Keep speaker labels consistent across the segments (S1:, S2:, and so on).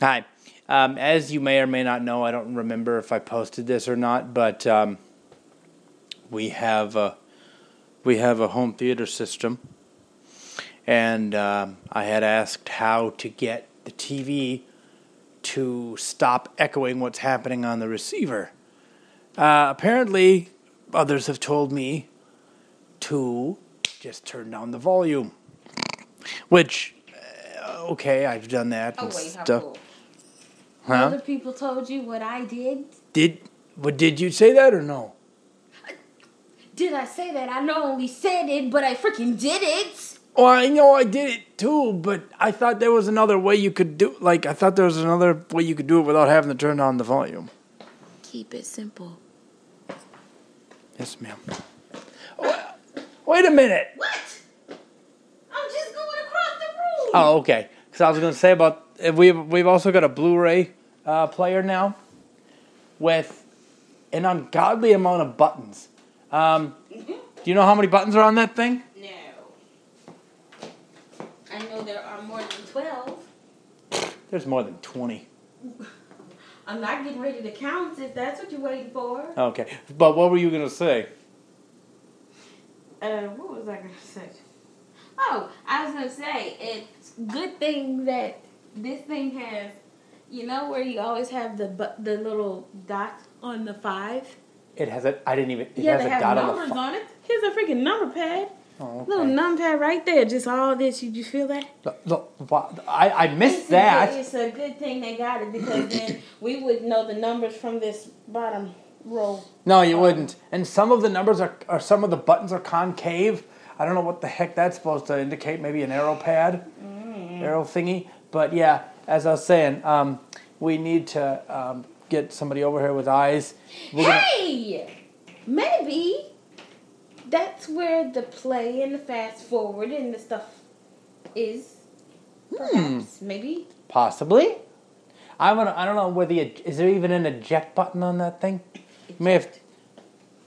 S1: Hi. Um, as you may or may not know, I don't remember if I posted this or not, but um, we have a, we have a home theater system, and um, I had asked how to get the TV to stop echoing what's happening on the receiver. Uh, apparently, others have told me to just turn down the volume, which uh, okay, I've done that
S2: Oh
S1: and
S2: wait, how
S1: stuff.
S2: cool!
S1: Huh?
S2: Other people told you what I did.
S1: Did but did you say that or no?
S2: Did I say that? I not only said it, but I freaking did it.
S1: Well, I know I did it too, but I thought there was another way you could do. Like I thought there was another way you could do it without having to turn on the volume.
S2: Keep it simple.
S1: Yes, ma'am. Wa- Wait a minute.
S2: What? I'm just going across the room.
S1: Oh, okay. Because I was going to say about uh, we've we've also got a Blu-ray uh, player now with an ungodly amount of buttons. Um, do you know how many buttons are on that thing?
S2: No. I know there are more than twelve.
S1: There's more than twenty.
S2: I'm not getting ready to count if that's what you're waiting for.
S1: Okay, but what were you going to say?
S2: Uh, what was I gonna say? Oh, I was gonna say it's good thing that this thing has, you know, where you always have the bu- the little dot on the five.
S1: It has a. I didn't even. It
S2: yeah,
S1: has
S2: they
S1: a
S2: have
S1: dot
S2: numbers
S1: on the.
S2: on, it. Here's a freaking number pad,
S1: fu- Oh,
S2: little
S1: okay.
S2: num pad right there. Just all this. You, you feel that?
S1: Look, look, wha- I, I
S2: It's
S1: missed
S2: a-
S1: that.
S2: it's a good thing they got it because then we would know the numbers from this bottom row.
S1: No, you wouldn't. And some of the numbers are, or some of the buttons are concave. I don't know what the heck that's supposed to indicate. Maybe an arrow pad,
S2: Mm.
S1: arrow thingy. But yeah, as I was saying, um, we need to um, get somebody over here with eyes. We're gonna-
S2: Hey, maybe that's where the play and the fast forward and the stuff is.
S1: Hmm.
S2: Perhaps, maybe.
S1: possibly. I'm gonna. I don't know whether you, is there even an eject button on that thing. You may have.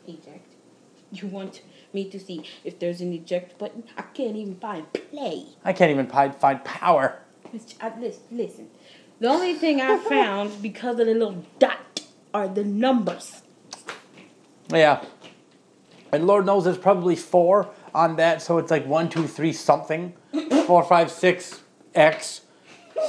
S2: Eject. You want me to see if there's an eject button? I can't even find play.
S1: I can't even find find power.
S2: Which I, listen, listen. The only thing I found because of the little dot are the numbers.
S1: Yeah. And Lord knows there's probably four on that, so it's like one, two, three, something, four, five, six, X,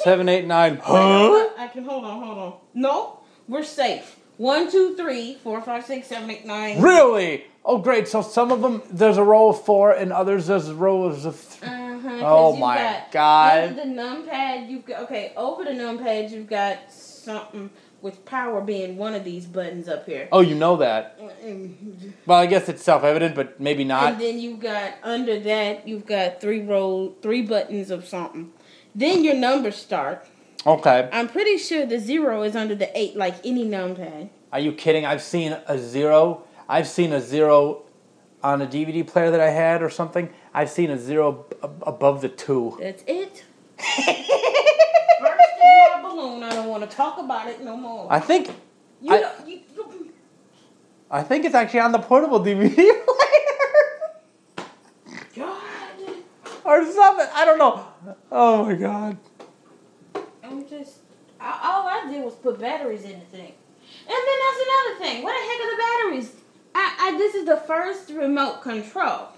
S1: seven, eight, nine. Huh?
S2: I can hold on, hold on. No, we're safe. One, two, three, four, five, six, seven, eight, nine.
S1: Really? Oh, great. So some of them there's a row of four, and others there's rows of. Th-
S2: Uh-huh, 'cause
S1: Oh
S2: you've
S1: my
S2: got
S1: God.
S2: Under the num pad, you've got okay. Over the num pad, you've got something with power being one of these buttons up here.
S1: oh, you know that.
S2: And
S1: Well, I guess it's self-evident, but maybe not.
S2: then you've got under that, you've got three roll, three buttons of something. Then your numbers start.
S1: Okay.
S2: I'm pretty sure the zero is under the eight, like any num pad.
S1: Are you kidding? I've seen a zero. I've seen a zero on a DVD player that I had or something. I've seen a zero ab- above the two.
S2: That's it. Burst in my balloon. I don't want to talk about it no more.
S1: I think
S2: you
S1: I-
S2: know, you, you,
S1: I think it's actually on the portable DVD player
S2: God.
S1: or something. I don't know. Oh my god.
S2: I'm just. I, all I did was put batteries in the thing, and then that's another thing. What the heck are the batteries? I, I this is the first remote control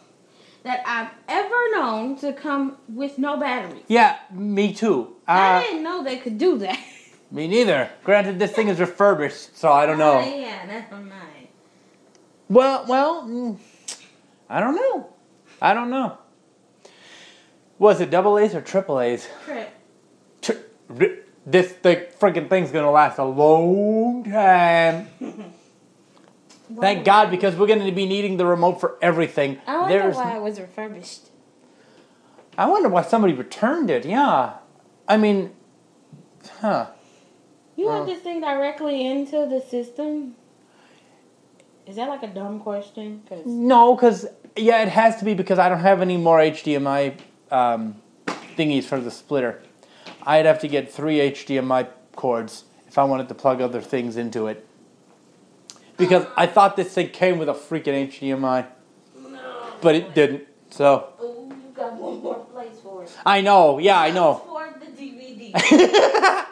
S2: that I've ever known to come with no batteries.
S1: Yeah, me too.
S2: I
S1: Uh,
S2: didn't know they could do that.
S1: me neither. Granted, this thing is refurbished, so I don't know.
S2: Oh, yeah, that's mine.
S1: Well, well, mm, I don't know. I don't know. Was it double A's or triple A's?
S2: Crap.
S1: Tri- ri- This the freaking thing's gonna last a long time. Thank God, because we're gonna be needing the remote for everything.
S2: I wonder
S1: There's
S2: why it was refurbished.
S1: I wonder why somebody returned it. Yeah, I mean, huh?
S2: You want this thing directly into the system? Is that like a dumb question? 'Cause-
S1: No, because yeah, it has to be because I don't have any more HDMI um, thingies for the splitter. I'd have to get three HDMI cords if I wanted to plug other things into it. Because I thought this thing came with a freaking HDMI,
S2: no.
S1: but it didn't. So
S2: Oh, you got one more place for it.
S1: I know. Yeah, I know.
S2: For the DVD.